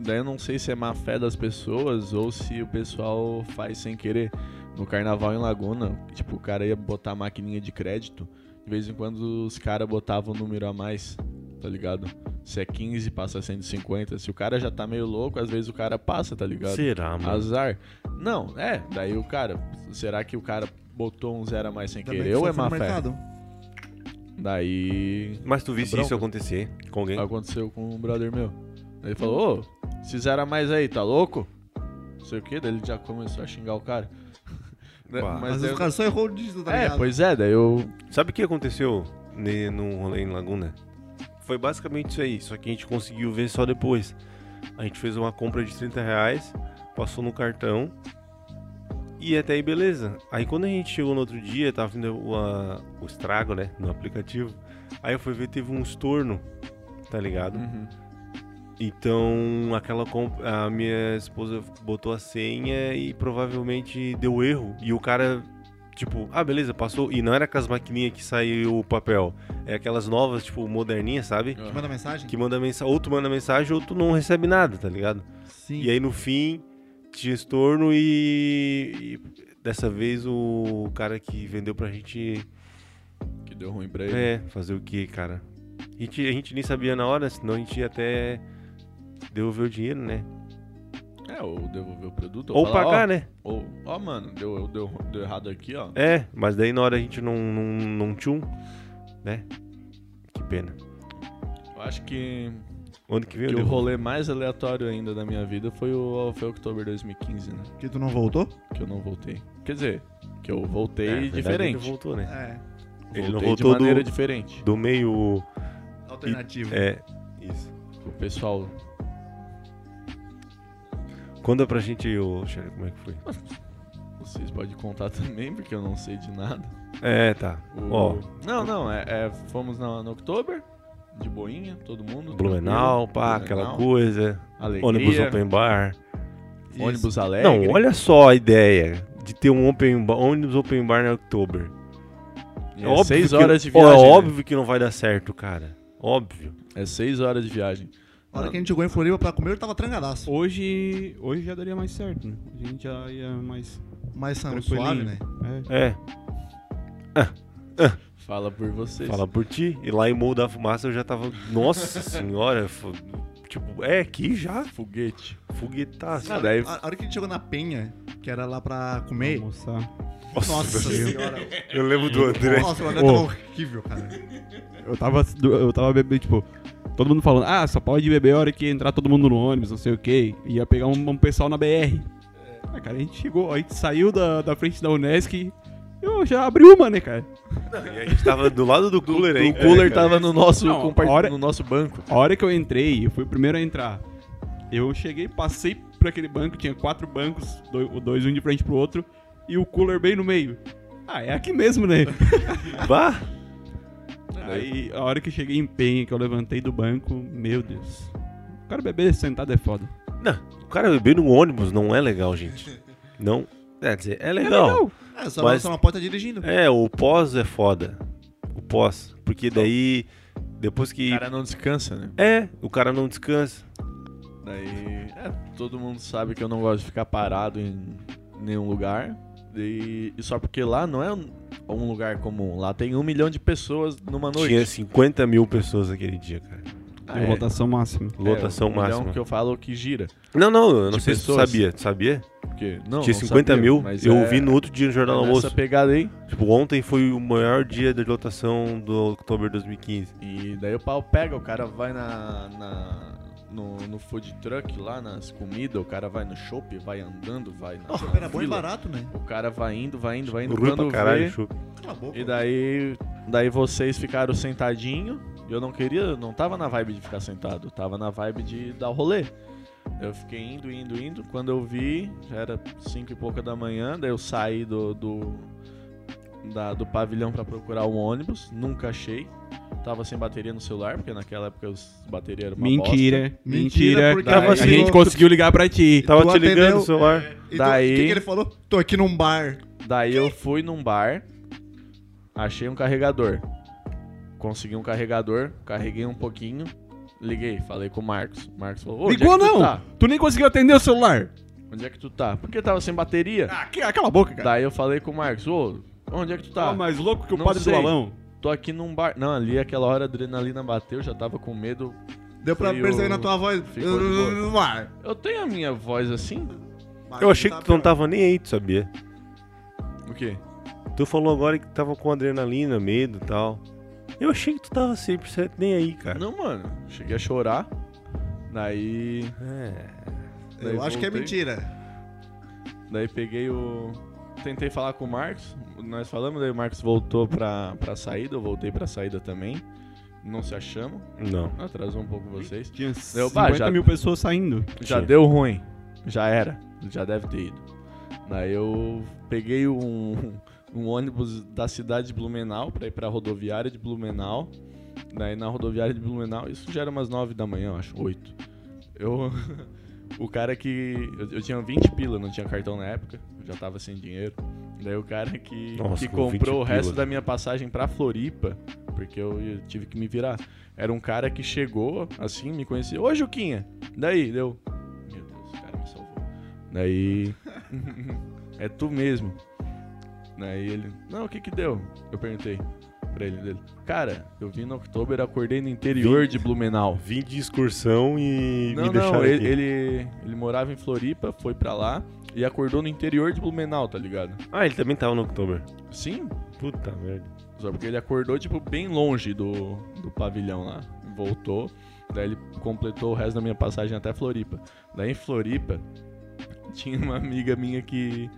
Daí eu não sei se é má fé das pessoas ou se o pessoal faz sem querer. No carnaval em Laguna, tipo, o cara ia botar a maquininha de crédito. De vez em quando os caras botavam um número a mais, tá ligado? Se é 15, passa a 150. Se o cara já tá meio louco, às vezes o cara passa, tá ligado? Será, mano? Azar. Não, é. Daí o cara. Será que o cara botou um zero a mais sem Ainda bem querer que ou é só fui má no fé? mercado. Daí. Mas tu visse É isso bronca. acontecer com alguém? Aconteceu com um brother meu. Ele falou, ô, se zera mais aí, tá louco? Não sei o que, daí ele já começou a xingar o cara. Né, Pá. Mas, daí o cara só errou o dígito, tá É, ligado? pois é, daí eu. Sabe o que aconteceu ne- num rolê em Laguna? Foi basicamente isso aí, só que a gente conseguiu ver só depois. A gente fez uma compra de 30 reais, passou no cartão e até aí beleza. Aí quando a gente chegou no outro dia, tava vindo o, a- o estrago, né, no aplicativo. Aí eu fui ver, teve um estorno, tá ligado? Uhum. Então, aquela comp- a minha esposa botou a senha e provavelmente deu erro. E o cara, tipo, ah, beleza, passou. E não era com as maquininhas que saiu o papel. É aquelas novas, tipo, moderninhas, sabe? Uhum. Que manda mensagem? Que manda mensagem, ou tu manda mensagem ou tu não recebe nada, tá ligado? Sim. E aí no fim, tinha estorno e. e dessa vez o cara que vendeu pra gente. Ah, Que deu ruim pra ele. É, fazer o que, cara? A gente, a gente nem sabia na hora, senão a gente ia até devolver o dinheiro, né? É, ou devolver o produto. Ou falar, pagar, ó, né? Ou, ó, mano, deu, deu, deu errado aqui, ó. É, mas daí na hora a gente não, não, não tchum, né? Que pena. Eu acho que, Onde que vem que o o devolvo? rolê mais aleatório ainda da minha vida foi o foi October 2015, né? Que tu não voltou? Que eu não voltei. Quer dizer, que eu voltei É, na verdade, diferente. Ele voltou, né? É. Ele não Voltei voltou de maneira do, diferente. do meio. Alternativo. É, isso. O pessoal Conta pra gente aí, ô, Xavier, como é que foi. Vocês podem contar também, porque eu não sei de nada. É, tá. O- Ó, Não, não, é, é, fomos na, no October, de boinha, todo mundo. Blumenau, pá, aquela coisa. coisa. Ônibus open bar. Isso. é, Ônibus alegre. Não, olha só a ideia de ter um open bar, ônibus open bar em outubro. É seis horas que, de viagem. Ó, É né? óbvio que não vai dar certo, cara. Óbvio. É seis horas de viagem. A hora que a gente chegou em Floripa pra comer, eu tava trangadaço. Hoje, hoje já daria mais certo, né? Hoje a gente já ia mais. Mas são Tranquilinho. suave, né? É, É, Fala por vocês. Fala por ti. E lá em Morro da Fumaça eu já tava. Nossa senhora! fu- Tipo, é aqui já? Foguete. Foguetaço. Ah, daí- A a hora que a gente chegou na Penha, que era lá pra comer. almoçar. Nossa, Nossa velho. senhora. eu lembro do André. Nossa, o André Ô. tava horrível, cara. Eu tava, eu tava bebendo, tipo, todo mundo falando, ah, só pode beber a hora que entrar todo mundo no ônibus, não sei o que. Ia pegar um, um pessoal na BR. É. Ah, cara, a gente chegou, a gente saiu da, da frente da Unesc e eu já abri uma, né, cara? E a gente tava do lado do cooler aí. O cooler tava no nosso, Não, compart- hora- no nosso banco. A hora que eu entrei, eu fui o primeiro a entrar. Eu cheguei, passei por aquele banco, tinha quatro bancos, do- o dois, um de frente pro outro, e o cooler bem no meio. Ah, é aqui mesmo, né? Bah! Aí, a hora que eu cheguei em Penha, que eu levantei do banco, meu Deus. O cara beber sentado é foda. Não, o cara beber no ônibus não é legal, gente. Não. Quer dizer, é legal. É, só Mas- Mas... na porta dirigindo. É, o pós é foda. O pós. Porque daí. Depois O que. cara não descansa, né? É, o cara não descansa. Daí, é, todo mundo sabe que eu não gosto de ficar parado em nenhum lugar. E, e só porque lá não é um, um lugar comum. Lá tem um milhão de pessoas numa noite. Tinha 50 mil pessoas naquele dia, cara. Ah, é. Lotação máxima. É, Lotação um milhão máxima. que eu falo que gira. Não, não, eu não de sei se tu pessoas. sabia. Tu sabia? Porque, não, Tinha não 50 sabia, mil. mas Eu é- vi no outro dia no é Jornal do nessa Almoço. pegada aí. Tipo, ontem foi o maior dia de lotação do outubro de 2015. E daí o pau pega, o cara vai na, na- no, no food truck lá, nas comidas, o cara vai no shopping, vai andando, vai na, Nossa, na era bom e fila. barato, né? O cara vai indo, vai indo, vai indo. Oh. Ruim quando pra caralho, vê, chupa. Cala a boca. né? E daí, daí vocês ficaram sentadinho. e Eu não queria, não tava na vibe de ficar sentado, eu tava na vibe de dar o rolê. Eu fiquei indo, indo, indo. Quando eu vi, já era cinco e pouca da manhã, daí eu saí do. do da- do pavilhão pra procurar um ônibus, nunca achei. Tava sem bateria no celular, porque naquela época os bateria era uma bosta. Mentira, Mentira, mentira. porque a tava assim, gente tu- conseguiu ligar pra ti. Tava Tu te ligando atendeu- no celular. E tu- Daí- O que, que ele falou? Tô aqui num bar. Daí eu fui num bar, achei um carregador. Consegui um carregador, carreguei um pouquinho, liguei, falei com o Marcos. O Marcos falou: "Ô, onde Ligou é que tu não? tá? Tu nem conseguiu atender o celular. Onde é que tu tá? Porque tava sem bateria. Ah, que- ah, cala a boca, cara. Daí eu falei com o Marcos: Ô, onde é que tu tá? Tá mais louco que o Não padre sei. do balão. Tô aqui num bar. Não, ali aquela hora a adrenalina bateu, já tava com medo. Deu pra Foi perceber o- na tua voz. ficou de boa. No bar. tá Eu tenho a minha voz assim? Eu achei que tu não tava nem aí, tu sabia? O quê? Tu falou agora que tava com adrenalina, medo e tal. Eu achei que tu tava 100% nem aí, cara. Não, mano. Cheguei a chorar. Daí. É. Daí Eu acho que é voltei. mentira. Daí peguei o. Tentei falar com o Marcos. Nós falamos, daí o Marcos voltou pra, pra saída, eu voltei pra saída também. Não se achamos. Não. Atrasou um pouco vocês. Tinha Deu 50 bah, já- mil pessoas saindo. Já Sim. deu ruim. Já era. Já deve ter ido. Daí eu peguei um, um ônibus da cidade de Blumenau pra ir pra rodoviária de Blumenau. Daí na rodoviária de Blumenau, isso já era umas 9 da manhã, eu acho, 8. Eu. O cara que. Eu, eu tinha 20 pila, não tinha cartão na época, eu já tava sem dinheiro. Daí o cara que, Nossa, que com 20 comprou o resto pila. né? da minha passagem pra Floripa, porque eu, eu tive que me virar. Era um cara que chegou, assim, me conhecia. Ô, Juquinha! Daí, deu. Meu Deus, o cara me salvou. Daí. é tu mesmo. Daí ele. Não, o que que deu? Eu perguntei pra ele dele. Cara, eu vim no Oktober, acordei no interior de Blumenau. Vim de excursão e Não, me deixaram não, aqui. ele, ele, ele morava em Floripa, foi pra lá e acordou no interior de Blumenau, tá ligado? Ah, ele também tava no October. Sim, Puta merda. só porque ele acordou, tipo, bem longe do, do pavilhão lá. Voltou, daí ele completou o resto da minha passagem até Floripa. Daí em Floripa, tinha uma amiga minha que,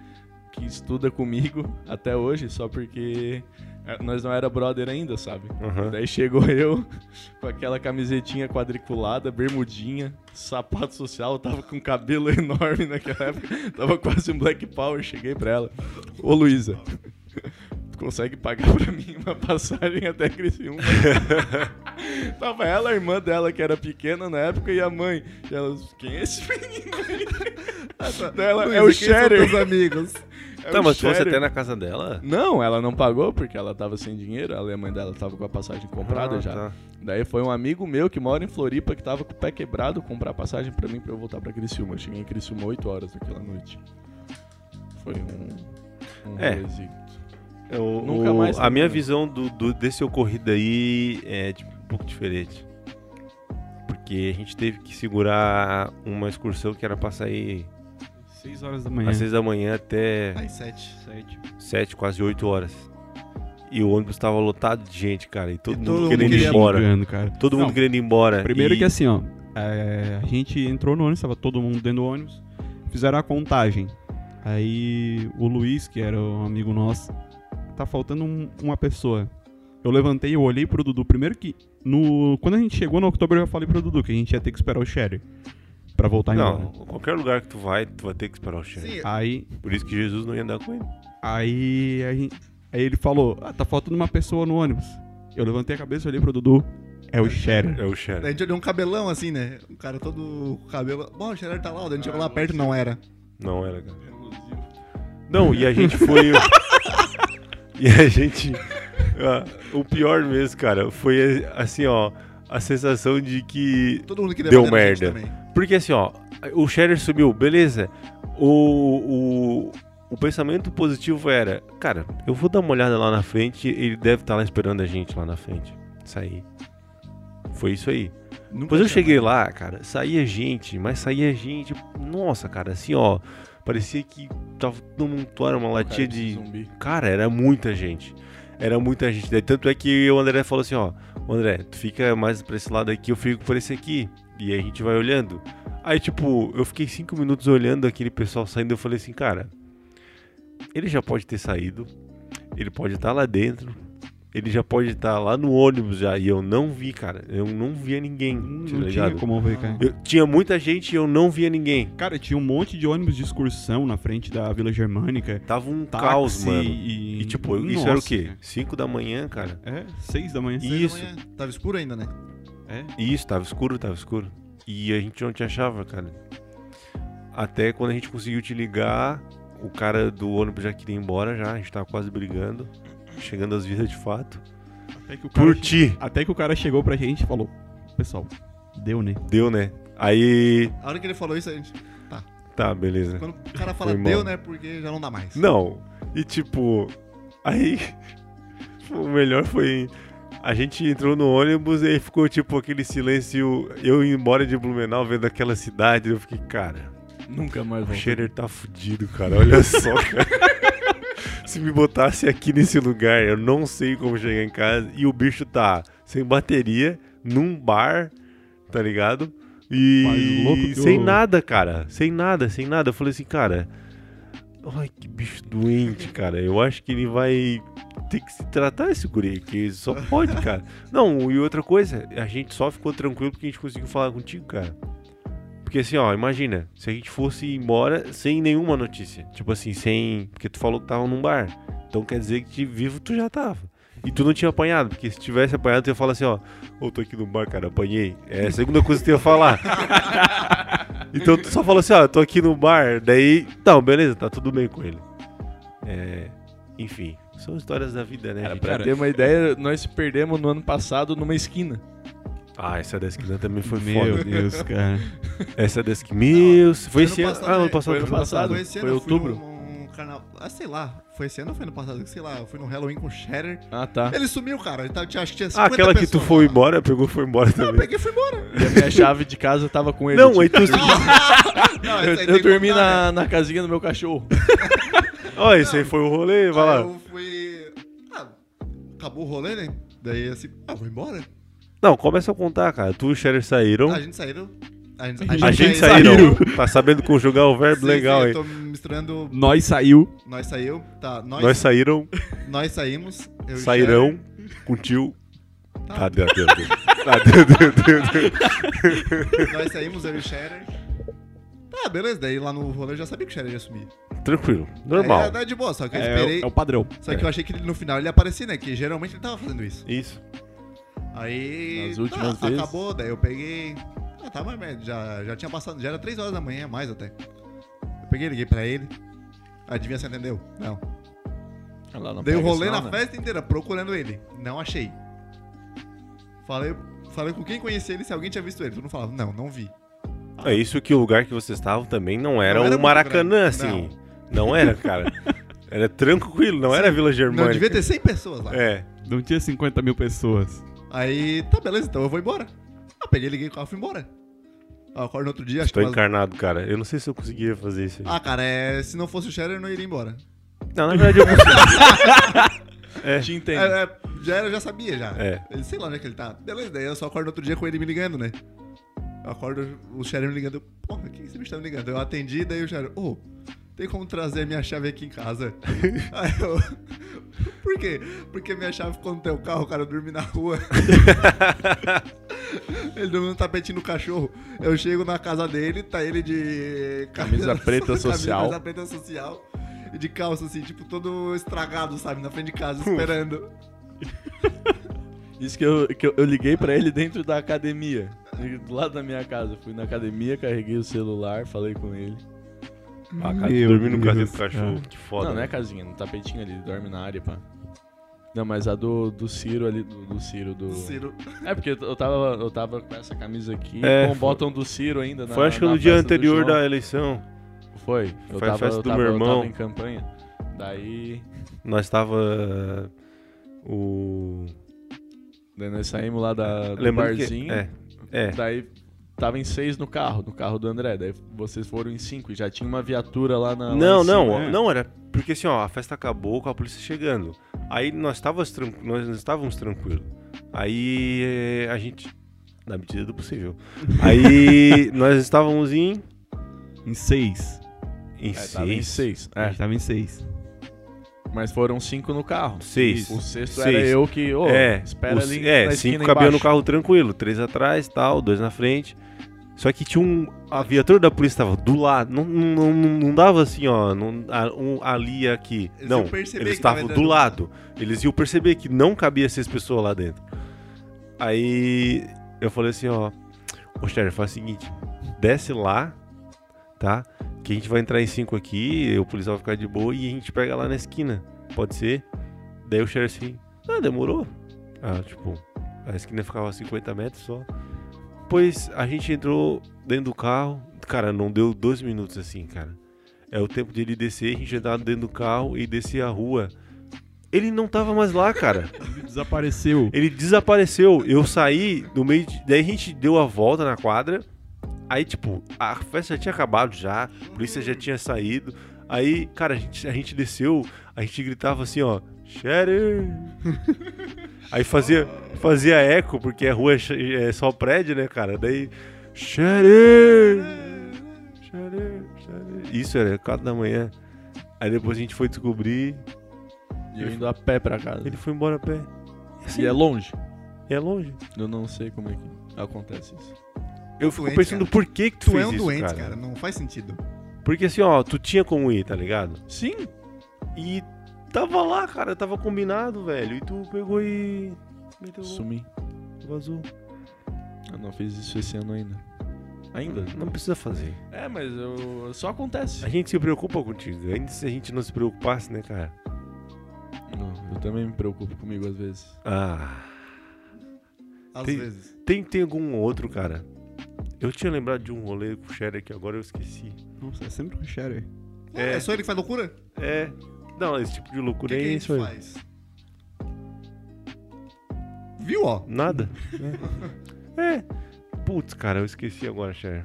que estuda comigo até hoje, só porque eh, nós não era brother ainda, sabe? Aham. Daí chegou eu com aquela camisetinha quadriculada, bermudinha, sapato social, tava com cabelo enorme naquela época, tava quase um Black Power, cheguei pra ela. Ô Luísa, tu consegue pagar pra mim uma passagem até Criciúma? tava ela, a irmã dela, que era pequena na época, e a mãe. E ela, quem é esse menino aí?" Daí ela, é o Luiz, quem são Cheddar. teus amigos. É tá, o mas se fosse Cheddar. até na casa dela? Não, ela não pagou porque ela tava sem dinheiro, ela e a mãe dela tava com a passagem comprada Ah, já. tá. Daí foi um amigo meu que mora em Floripa que tava com o pé quebrado comprar passagem pra mim pra eu voltar pra Criciúma. Eu cheguei em Criciúma 8 horas daquela noite. Foi um. um É. rolezito. Eu- Nunca É o- mais A minha também. visão do, do- desse ocorrido aí é tipo, um pouco diferente. Porque a gente teve que segurar uma excursão que era pra sair 6 horas da manhã. às seis da manhã até Ai, sete. Sete. sete, quase oito horas. E o ônibus tava lotado de gente, cara. E todo, E mundo, querendo ir queria- embora. Xingando, cara. Todo mundo Não, querendo ir embora. Primeiro É, e... que assim, ó. é, a gente entrou no ônibus, tava todo mundo dentro do ônibus. Fizeram a contagem. Aí o Luiz, que era um amigo nosso, tá faltando um- uma pessoa. Eu levantei, eu olhei pro Dudu. Primeiro que. No, quando a gente chegou no outubro, eu falei pro Dudu que a gente ia ter que esperar o Sherry pra voltar embora. Não, qualquer lugar que tu vai, tu vai ter que esperar o chefe. Sim, Aí, Por isso que Jesus não ia andar com ele. aí, a gente- aí ele falou: Ah, tá faltando uma pessoa no ônibus. Eu levantei a cabeça, olhei pro Dudu. É o Sherry. É o chefe. a gente olhou um cabelão assim, né? O cara todo com cabelo. Bom, o Gerard tá lá, daí a gente chegou lá perto não era. Não era, cara. Não, e a gente foi. e a gente. ah, o pior mesmo, cara, foi assim, ó. A sensação de que. Todo mundo queria Deu bater na gente merda. também. Porque assim, ó. O Shader subiu, beleza. O, o, o pensamento positivo era: cara, eu vou dar uma olhada lá na frente. Ele deve estar lá esperando a gente lá na frente. Isso aí. Foi isso aí. Nunca Depois eu tinha- cheguei lá, cara, saía gente, mas saía gente. Nossa, cara, assim, ó. Parecia que tava todo mundo era uma latinha é de. Zumbi. Cara, era muita gente. Era muita gente. Daí, Tanto é que o André falou assim, ó. "Ô, André, tu fica mais pra esse lado aqui, eu fico por esse aqui. E aí a gente vai olhando. Aí, tipo, eu fiquei cinco minutos olhando aquele pessoal saindo. Eu falei assim, cara, ele já pode ter saído. Ele pode estar lá tá dentro. ele já pode estar lá no ônibus já. E eu não vi, cara. Eu não via ninguém, Hum, Não tá tinha ligado? como ver, cara. Eu- tinha muita gente e eu não via ninguém. Cara, tinha um monte de ônibus de excursão na frente da Vila Germânica. Tava um Táxi caos, mano. E, E tipo, isso era o Nossa, quê? cara. 5 da manhã, cara? É, seis da manhã. E- seis- Isso. Seis da manhã. Tava escuro ainda, né? É. Isso, tava escuro, tava escuro. E a gente não te achava, cara. Até quando a gente conseguiu te ligar, o cara do ônibus já queria ir embora já, a gente tava quase brigando, chegando às vias de fato. Até que o cara Por che- ti, Até que o cara chegou pra gente e falou: Pessoal, deu, né? deu, né? Aí, A hora que ele falou isso, a gente. tá, beleza. Quando o cara fala Foi mal. deu, né? Porque já não dá mais. Não. E tipo, aí o melhor foi a gente entrou no ônibus e aí ficou tipo aquele silêncio, eu indo embora de Blumenau vendo aquela cidade, eu fiquei, cara, Nunca mais o vou. Scherer tá fudido, cara. Olha só, cara. Se me botasse aqui nesse lugar, eu não sei como chegar em casa. E o bicho tá sem bateria, num bar, tá ligado? E Mais louco que sem o- nada, cara. Sem nada, sem nada. Eu falei assim, cara. Ai, que bicho doente, cara. Eu acho que ele vai ter que se tratar esse guri, que só pode, cara. Não, e outra coisa, a gente só ficou tranquilo porque a gente conseguiu falar contigo, cara. Porque assim, ó, imagina, se a gente fosse embora sem nenhuma notícia. Tipo assim, sem. Porque tu falou que tava num bar. Então quer dizer que de vivo tu já tava. E tu não tinha apanhado, porque se tivesse apanhado, tu ia falar assim, ó, ô, tô aqui no bar, cara, apanhei. É a segunda coisa que tu ia falar. então tu só falou assim, ó, tô aqui no bar, daí. Não, beleza, tá tudo bem com ele. É. Enfim, são histórias da vida, né? Cara, gente? pra ter é. uma ideia, nós se perdemos no ano passado numa esquina. Ah, essa da esquina também foi Meu foda. Deus, cara. Essa da esquina. Meu, foi ano esse ano. passado, Ah, ano né? passado. Foi ano passado. Foi esse Foi ano, eu fui outubro. num carnaval. Ah, sei lá. Foi esse ano ou foi ano passado? Sei lá, eu fui no Halloween com o Shatter. Ah, tá. Ele sumiu, cara. Ele tava, tinha, acho que tinha Ah, 50 aquela que tu pessoas foi lá. embora, pegou e foi embora Eu também. peguei e fui embora. E a minha chave de casa tava com ele. Não, tipo, aí tu. Não, essa eu, aí tem eu que dormi contar, né? na, na casinha do meu cachorro. Ó, esse aí foi o rolê, vai Aí lá. eu fui. Ah, acabou o rolê, né? Daí assim, ah, vou embora. Então, Não, começa a contar, cara. Tu e o Scherer saíram. A gente saíram. A gente, A gente saíram. Tá sabendo conjugar o verbo Sim, legal sim, aí. Eu tô misturando. Nós saiu. Nós saiu. Tá, nós, Nós nós, saíram, saímos. eu e o sairão, com tio. Tá. Ah, deu, deu, deu. Ah, deu, deu, deu, deu. Shatter. Nós saímos, eu e o Shatter. Tá, beleza. Daí lá no rolê eu já sabia que o Shatter ia sumir. Tranquilo, Aí, normal. era de boa, só que eu É, esperei. o- é o padrão. Só que eu achei que ele, no final ele ia aparecer, né? Que geralmente ele tava fazendo isso. Isso. Aí. Nas últimas tá, vezes. Acabou, daí eu peguei. Ah, tá, mas merda, já, já tinha passado. Já era 3 horas da manhã, mais até. Eu peguei, liguei pra ele. Adivinha se atendeu? Não. Lá não Daí eu pega rolei sinal, na né? festa inteira procurando ele. Não achei. Falei, falei com quem conhecia ele se alguém tinha visto ele. Tu não falava, não, não vi. É isso que o lugar que vocês estavam também não era, Não era o muito Maracanã, grande, assim. Não. era, cara. Era tranquilo, não era Vila Germânica. Não, devia ter 100 pessoas lá. É. Não tinha 50 mil pessoas. Aí, tá, beleza, então eu vou embora. Ah, peguei, liguei o carro e fui embora. Ah, acordo no outro dia, acho Estou que. umas- encarnado, cara. Eu não sei se eu conseguiria fazer isso aí. Ah, cara, é, se não fosse o Sharon, eu não iria embora. Não, na verdade eu consegui. Te entendo. É, é, já era, eu já sabia já. É. Ele, sei lá onde é que ele tá. Beleza, daí eu só acordo outro dia com ele me ligando, né? Eu acordo, o Sharon me ligando. eu, Porra, quem esse bicho tá me ligando? Eu atendi, daí o Sharon, ô, tem como trazer minha chave aqui em casa? Aí eu. Por quê? Porque minha chave ficou no teu carro, cara, eu dormi na rua. ele dormiu no tapetinho do cachorro. Eu chego na casa dele, tá ele de. Camisa preta social. Camisa preta social. E de calça, assim, tipo, todo estragado, sabe? Na frente de casa, esperando. Isso que, eu, que eu, eu liguei pra ele dentro da academia. Do lado da minha casa. Fui na academia, carreguei o celular, falei com ele. Ah, cara, Meu dormi no Deus, casinho do cachorro. Que foda. não, não é né? casinha, no tapetinho ali, dorme na área, pá. Não, mas a do, do Ciro ali, do, do Ciro, do... Ciro. É, porque eu tava, eu tava com essa camisa aqui, É, com o foi- botão do Ciro ainda. Na, Foi acho que na no dia festa do anterior João. da eleição. Foi, eu Foi a tava, festa eu do tava- meu eu tava irmão. em campanha. Daí, Nós tava. uh, O. daí nós saímos lá da, do Lembrando que- barzinho. É. É. Daí tava em seis no carro, no carro do André. Daí vocês foram em cinco e já tinha uma viatura lá na. lá Não, em cima. não, né? não era. Porque assim, ó, a festa acabou com a polícia chegando. Aí nós estávamos tranquilos. Nós nós estávamos tranquilos. Aí eh, a gente. Na medida do possível. Aí nós estávamos em. Em seis. Em É, tava em seis. seis. A É. gente tava em seis. Mas foram cinco no carro. Seis. O sexto Seis. era eu que, ô, é, espera os- ali é na cinco esquina cabiam no embaixo. carro tranquilo, três atrás, tal, dois na frente. Só que tinha um. A viatura da polícia tava do lado. Não, não, não, não dava assim, ó. Não, a- um ali e aqui. Eles não. iam perceber Eles que tava estavam do entrando. lado. Eles iam perceber que não cabia seis pessoas lá dentro. Aí eu falei assim, ó. Ô Sherry, faz o seguinte. Desce lá, tá? Que a gente vai entrar em cinco aqui, o policial vai ficar de boa e a gente pega lá na esquina. Pode ser? Daí o Sherry assim, ah, demorou. Ah, tipo, a esquina ficava a 50 metros só. Pois a gente entrou dentro do carro. Cara, não deu dois minutos assim, cara. É o tempo dele descer, a gente entrar dentro do carro e descer a rua. Ele não tava mais lá, cara. Desapareceu. Ele desapareceu. Eu saí no meio. De... Daí a gente deu a volta na quadra. Aí, tipo, a festa já tinha acabado já. A polícia já tinha saído. Aí, cara, a gente, a gente desceu. A gente gritava assim, ó. Sheriff! Aí fazia, fazia eco, porque a rua é che- é só prédio, né, cara? Daí. Sheriff! Sheriff! Sheriff! Isso era 4 da manhã. Aí depois a gente foi descobrir. E eu indo a pé pra casa. Ele foi embora a pé. E é longe. E é longe. Eu não sei como é que acontece isso. Eu fico Doente, pensando cara. por que que tu, Tu fez é um isso, doente, cara. cara. Não faz sentido. Porque assim, ó, tu tinha como ir, tá ligado? Sim, E tava lá, cara, tava combinado, velho. E tu pegou e. Meteu o louco, sumi. vazou. Eu não fiz isso esse ano ainda. Ainda? Não precisa fazer. É, mas eu... só acontece. A gente se preocupa contigo. Ainda se a gente não se preocupasse, né, cara? eu também me preocupo comigo às vezes. Ah. Às Tem- vezes. Tem, tem algum outro, cara? Eu tinha lembrado de um rolê com o Sherry que agora eu esqueci. Nossa, é sempre com o Sherry. É. Ué, é só ele que faz loucura? É. Não, esse tipo de O loucura que, que a é gente isso aí. faz? Viu, ó? Nada. é. Putz, cara, eu esqueci agora, Cher.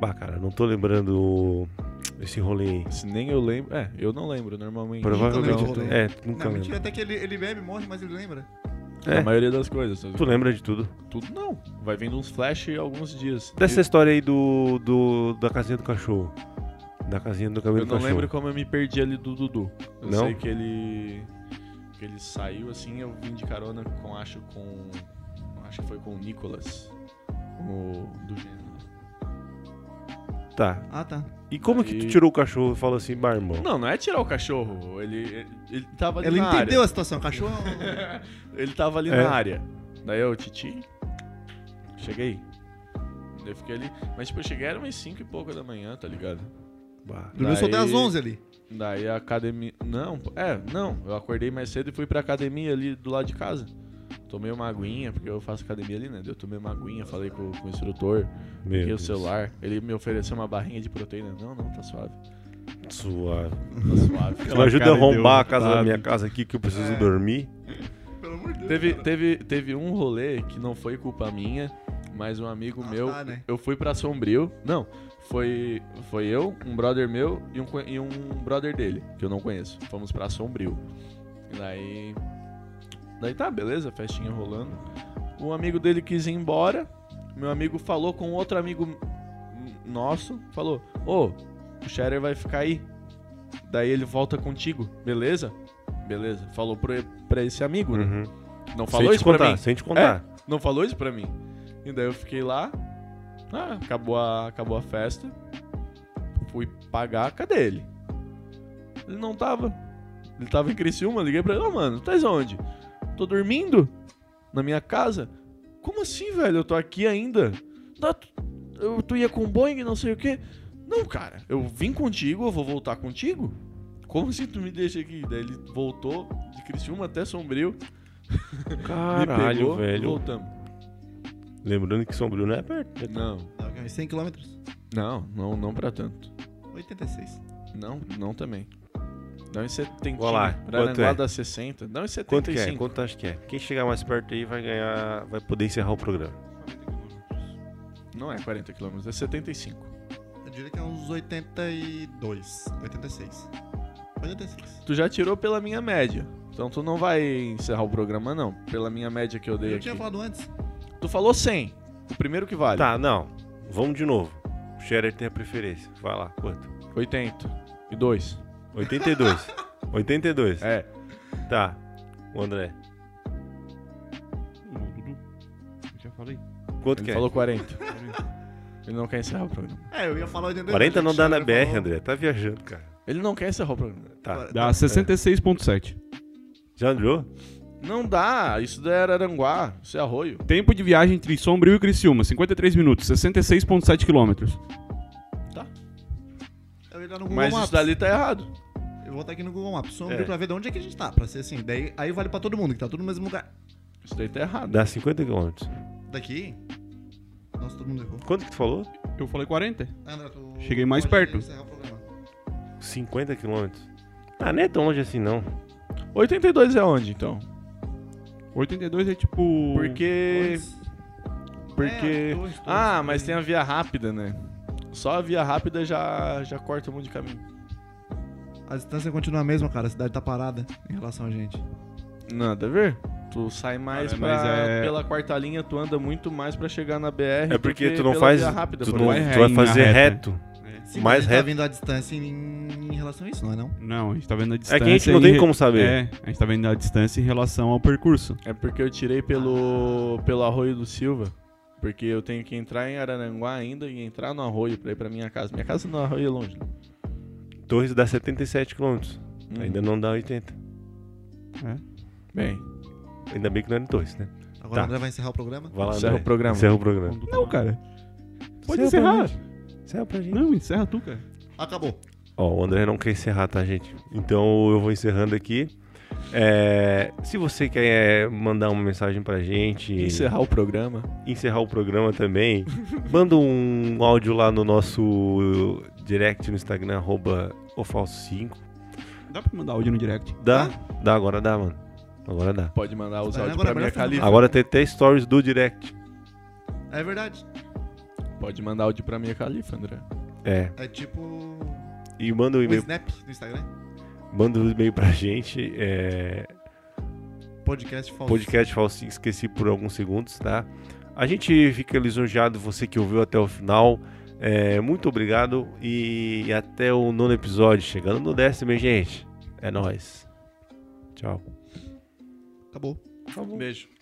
Bah, cara, não tô lembrando esse rolê aí. Se nem eu lembro. É, eu não lembro normalmente. Provavelmente. lembro do rolê. é, tu nunca lembra. Não, mentira, até que ele, ele bebe, morre, mas ele lembra. Então, A maioria das coisas. Tu lembra de tudo. Tudo não. Vai vindo uns flash alguns dias. Dessa história aí do, do- da casinha do cachorro. Da casinha do cabelo Eu do não cachorro. lembro como eu me perdi ali do Dudu. Eu Não? sei que ele. que ele saiu assim, eu vim de carona com, acho, com. Acho que foi com o Nicolas. O. Do gênero. Tá. Ah, tá. E como que tu Aí- tirou o cachorro e falou assim, bah, irmão? Não, não é tirar o cachorro. Ele, ele, ele tava ali Ele na entendeu área. a situação, cachorro. Ele tava ali É. na área. Daí eu, Titi. Cheguei. Daí eu fiquei ali. Mas tipo, eu cheguei era umas 5 e pouca da manhã, tá ligado? Bah. Dormiu só até Daí- às 11 ali. Daí a academia. Não, pô, é, não. Eu acordei mais cedo e fui pra academia ali do lado de casa. Tomei uma aguinha, porque eu faço academia ali, né? Daí Eu tomei uma aguinha, falei com, com o instrutor, Meu peguei o Deus. celular. Ele me ofereceu uma barrinha de proteína. Não, não, tá suave. Suave. Tá suave. Tu me ajuda a cara de arrombar a casa da derrotado. minha casa aqui que eu É. preciso dormir? Pelo amor de Deus. Teve, cara. teve, teve um rolê que não foi culpa minha, mas um amigo Ah, meu. tá, né? Eu fui pra Sombrio. Não, foi, foi eu, um brother meu e um, co- e um brother dele, que eu não conheço. Fomos pra Sombrio. E daí. Daí tá, beleza, festinha rolando. Um amigo dele quis ir embora. Meu amigo falou com outro amigo nosso: falou, ô, o Sharer vai ficar aí. Daí ele volta contigo, beleza? Beleza. Falou pro, pra esse amigo, né? Uhum. Sem Não falou te isso pra mim. contar, sem te contar. Não falou isso pra mim. E daí eu fiquei lá. Ah, acabou a, acabou a festa. Fui pagar, cadê ele? Ele não tava. Ele tava em Criciúma, liguei pra ele, ó, mano, tá onde? Tô dormindo? Na minha casa? Como assim, velho? Eu tô aqui ainda. Tá, tu, eu, tu ia com Boeing, não sei o quê. Não, cara, eu vim contigo, eu vou voltar contigo. Como assim tu me deixa aqui? Daí ele voltou de Criciúma até Sombrio, me Caralho, É. pegou, velho. voltamos. Lembrando que Sombrio não é perto. Não, Dá o quê? Uns 100 quilômetros? Não, não, não pra tanto. 86. Não, não também. é Dá uns 70. Olha lá, quanto Araranguá é? dá 60. Dá uns Quanto que 75. é? Quanto tu acha que é? Quem chegar mais perto aí vai ganhar, vai poder encerrar o programa. Não é 40 km, é 75. Eu diria que é uns 82. 86. 86. Tu já tirou pela minha média. Então tu não vai encerrar o programa, não. Pela minha média que eu dei Eu aqui. tinha falado antes. Tu falou 100. O primeiro que vale. Tá, não. Vamos de novo. O Scherer tem a preferência. Vai lá, quanto? 80. E 2. 82. 82. É. Tá. O André. O Dudu. Eu já falei. Quanto Ele que é? falou 40. Ele não quer encerrar o programa. É, eu ia falar 82. 40 não gente, dá agora na BR, falou- André. Tá viajando, cara. Ele não quer encerrar o programa. Tá. Dá 66.7. Já olhou? Não dá, isso daí era Aranguá, isso é arroio. Tempo de viagem entre Sombrio e Criciúma, 53 minutos, 66.7 quilômetros. Eu ia dar no Google Mas Maps. isso dali tá errado. Eu vou estar aqui no Google Maps. Sombrio É. pra ver de onde é que a gente tá. Pra ser assim. Daí, aí vale pra todo mundo, que tá tudo no mesmo lugar. Isso daí tá errado. Dá 50 km. Daqui. Nossa, todo mundo errou. Quanto que tu falou? Eu falei 40. André, tu. Cheguei mais pode perto. encerrar o programa. 50 km. Ah, nem é tão longe assim, não. 82 é onde, então? 82 é tipo. Porque. É, Porque. dois, dois, Ah, dois. mas tem a via rápida, né? Só a via rápida já, já corta um monte de caminho. A distância continua a mesma, cara. A cidade tá parada em relação a gente. Nada a ver. Tu sai mais Ah, é, pra- mas é- pela quarta linha, tu anda muito mais pra chegar na É BR. do porque que tu não pela faz. Via rápida, tu, por não, exemplo. tu vai Vai fazer né? na reto. reta. Sim, Mais mas a gente reto. tá vindo a distância em, em relação a isso, não é não? Não, a gente tá vendo a distância. É que a gente não em tem re- como saber. É, a gente tá vendo a distância em relação ao percurso. É porque eu tirei pelo, pelo Arroio do Silva. Porque eu tenho que entrar em Araranguá ainda e entrar no Arroio pra ir pra minha casa. Minha casa no Arroio é longe. né? Torres dá 77 km. Hum. Ainda não dá 80. Bem, Ainda bem que não era em Torres, né? Agora Tá. o André vai encerrar o programa. Vai lá, encerra André. é o programa. Encerra o programa. Não, cara. Pode Encerra pra encerrar. gente. Encerra pra gente. Não, encerra tu, cara. Acabou. Ó, o André não quer encerrar, tá, gente? Então eu vou encerrando aqui. É, se você quer mandar uma mensagem pra gente, Encerrar o programa. encerrar o programa também, manda um áudio lá no nosso direct no Instagram, arroba o falso 5. Dá pra mandar áudio no direct. Dá? Dá, agora dá, mano. Agora dá. Pode mandar os Vai, áudios agora pra minha abraça, califa. Agora tem até stories do direct. É verdade. Pode mandar áudio pra minha califa, André. É. É tipo. O E manda um e-mail, Snap do Instagram. manda um e-mail pra gente. É, Podcast falso. podcast falsinho, esqueci por alguns segundos, tá? A gente fica lisonjeado, você que ouviu até o final. É, muito obrigado e até o nono episódio. Chegando no décimo, hein, gente? É nóis. Tchau. Acabou. Beijo.